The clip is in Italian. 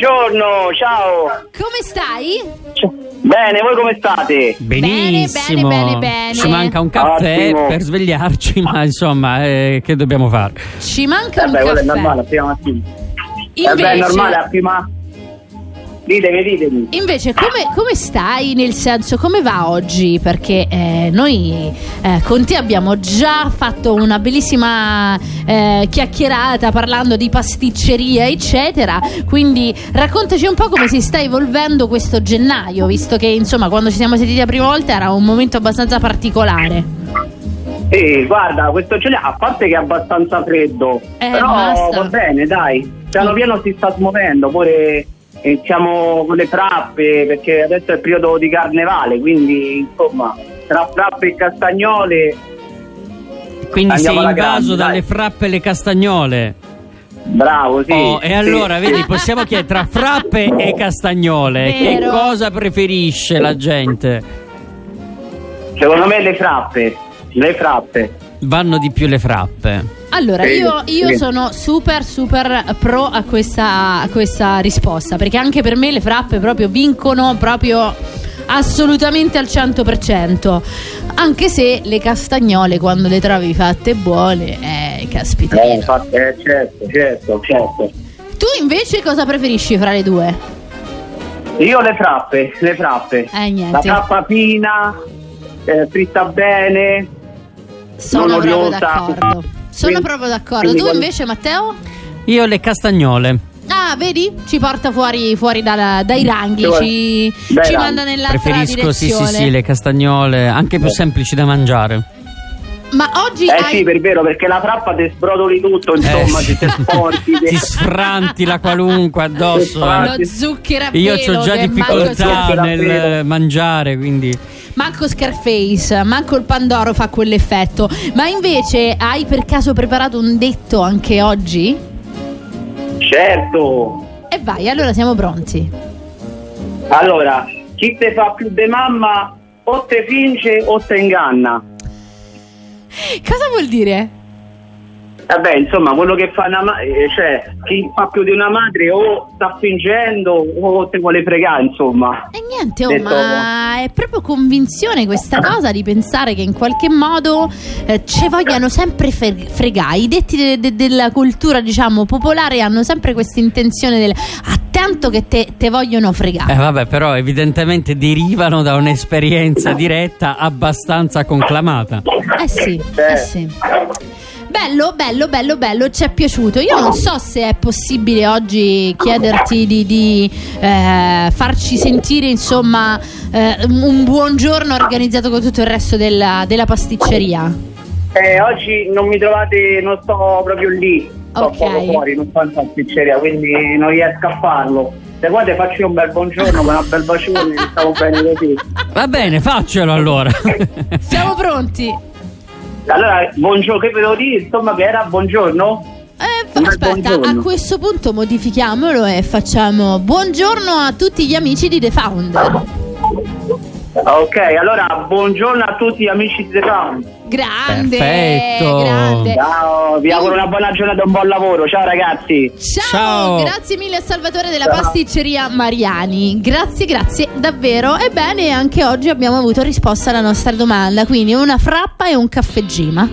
Buongiorno, ciao. Come stai? Ciao. Bene, voi come state? Benissimo. Bene, bene, bene, Ci bene. manca un caffè Ottimo. per svegliarci, ma insomma, eh, che dobbiamo fare? Ci manca Vabbè, un Eh quello caffè. è normale, la prima mattina. Invece, Vabbè, è normale, la prima... Ditemi, ditemi. invece come, come stai? Nel senso, come va oggi? Perché eh, noi eh, con te abbiamo già fatto una bellissima eh, chiacchierata parlando di pasticceria, eccetera. Quindi raccontaci un po' come si sta evolvendo questo gennaio, visto che insomma, quando ci siamo sentiti la prima volta era un momento abbastanza particolare. Sì, guarda, questo ce l'ha, a parte che è abbastanza freddo, Eh, però basta. va bene, dai. Piano Mm. piano si sta smuovendo, pure eh, siamo con le trappe, perché adesso è il periodo di carnevale, quindi insomma, tra trappe e castagnole Quindi Andiamo sei alla invaso grande, dalle dai. frappe e le castagnole. Bravo, sì. Oh, e sì. allora, vedi, possiamo chiedere tra frappe e castagnole che Vero. cosa preferisce la gente? Secondo me le frappe, le frappe. Vanno di più le frappe. Allora, Bene, io, io bene. sono super super pro a questa, a questa risposta, perché anche per me le frappe proprio vincono proprio assolutamente al 100%, anche se le castagnole quando le trovi fatte buone, eh, caspita. Eh, infatti, eh, certo, certo, certo. Tu invece cosa preferisci fra le due? Io le frappe, le frappe. Eh, niente. La frappa fina, eh, fritta bene. Sono Non proprio odiosa. d'accordo. Sono Quindi- proprio d'accordo. quindi Tu quando- invece Matteo? Io le castagnole. Ah, vedi? Ci porta fuori, fuori dalla- dai ranghi, Ci vuole- ci, dai ci ranghi. manda nell'altra Preferisco, sì, sì, direzione. sì, le castagnole, anche più Eh. semplici da mangiare. Ma oggi Eh hai... sì, per vero, perché la frappa ti sbrodoli tutto, insomma, Eh, ti ti sporchi. ti- ti sfranti la qualunque addosso. eh. Lo lo zucchero a Io pelo ho già che difficoltà manco si- nel eh, mangiare, quindi eh, Manco, Scar- manco Scarface, manco il Pandoro fa quell'effetto. Ma invece hai per caso preparato un detto anche oggi? Certo. E vai, allora siamo pronti. Allora, chi te fa più de mamma o te finge o te inganna. Cosa vuol dire? Vabbè, insomma, quello che fa una ma- eh, cioè, chi fa più di una madre o sta fingendo o te vuole fregare, insomma. E niente, oh, Detto- ma è proprio convinzione questa cosa di pensare che in qualche modo eh, ci vogliano sempre fre- fregare. I detti de- de- della cultura, diciamo, popolare hanno sempre questa intenzione del attento che te, te vogliono fregare. Eh, vabbè, però evidentemente derivano da un'esperienza diretta abbastanza conclamata. Eh sì, Cioè, eh sì. Bello, bello, bello, bello, ci è piaciuto. Io non so se è possibile oggi chiederti di, di, eh, farci sentire, insomma, eh, un buongiorno organizzato con tutto il resto della, della pasticceria. Eh, oggi non mi trovate, non sto proprio lì, sto Ok. poco fuori, non sto in pasticceria, quindi non riesco a farlo. Se vuoi ti faccio io un bel buongiorno con un bel bacione, stavo bene così. Va bene, faccelo allora. Siamo pronti? Allora, buongiorno, che ve devo dire? Insomma, che era buongiorno? Eh, fa- Un bel aspetta, buongiorno. a questo punto modifichiamolo e facciamo buongiorno a tutti gli amici di The Founder. Ok, allora buongiorno a tutti gli amici di The Town. Grande, Perfetto. grande. Ciao, vi auguro una buona giornata e un buon lavoro, ciao ragazzi. Ciao, Ciao. grazie mille a Salvatore della Ciao. pasticceria Mariani. Grazie, grazie davvero. Ebbene, anche oggi abbiamo avuto risposta alla nostra domanda, quindi una frappa e un caffè Gima.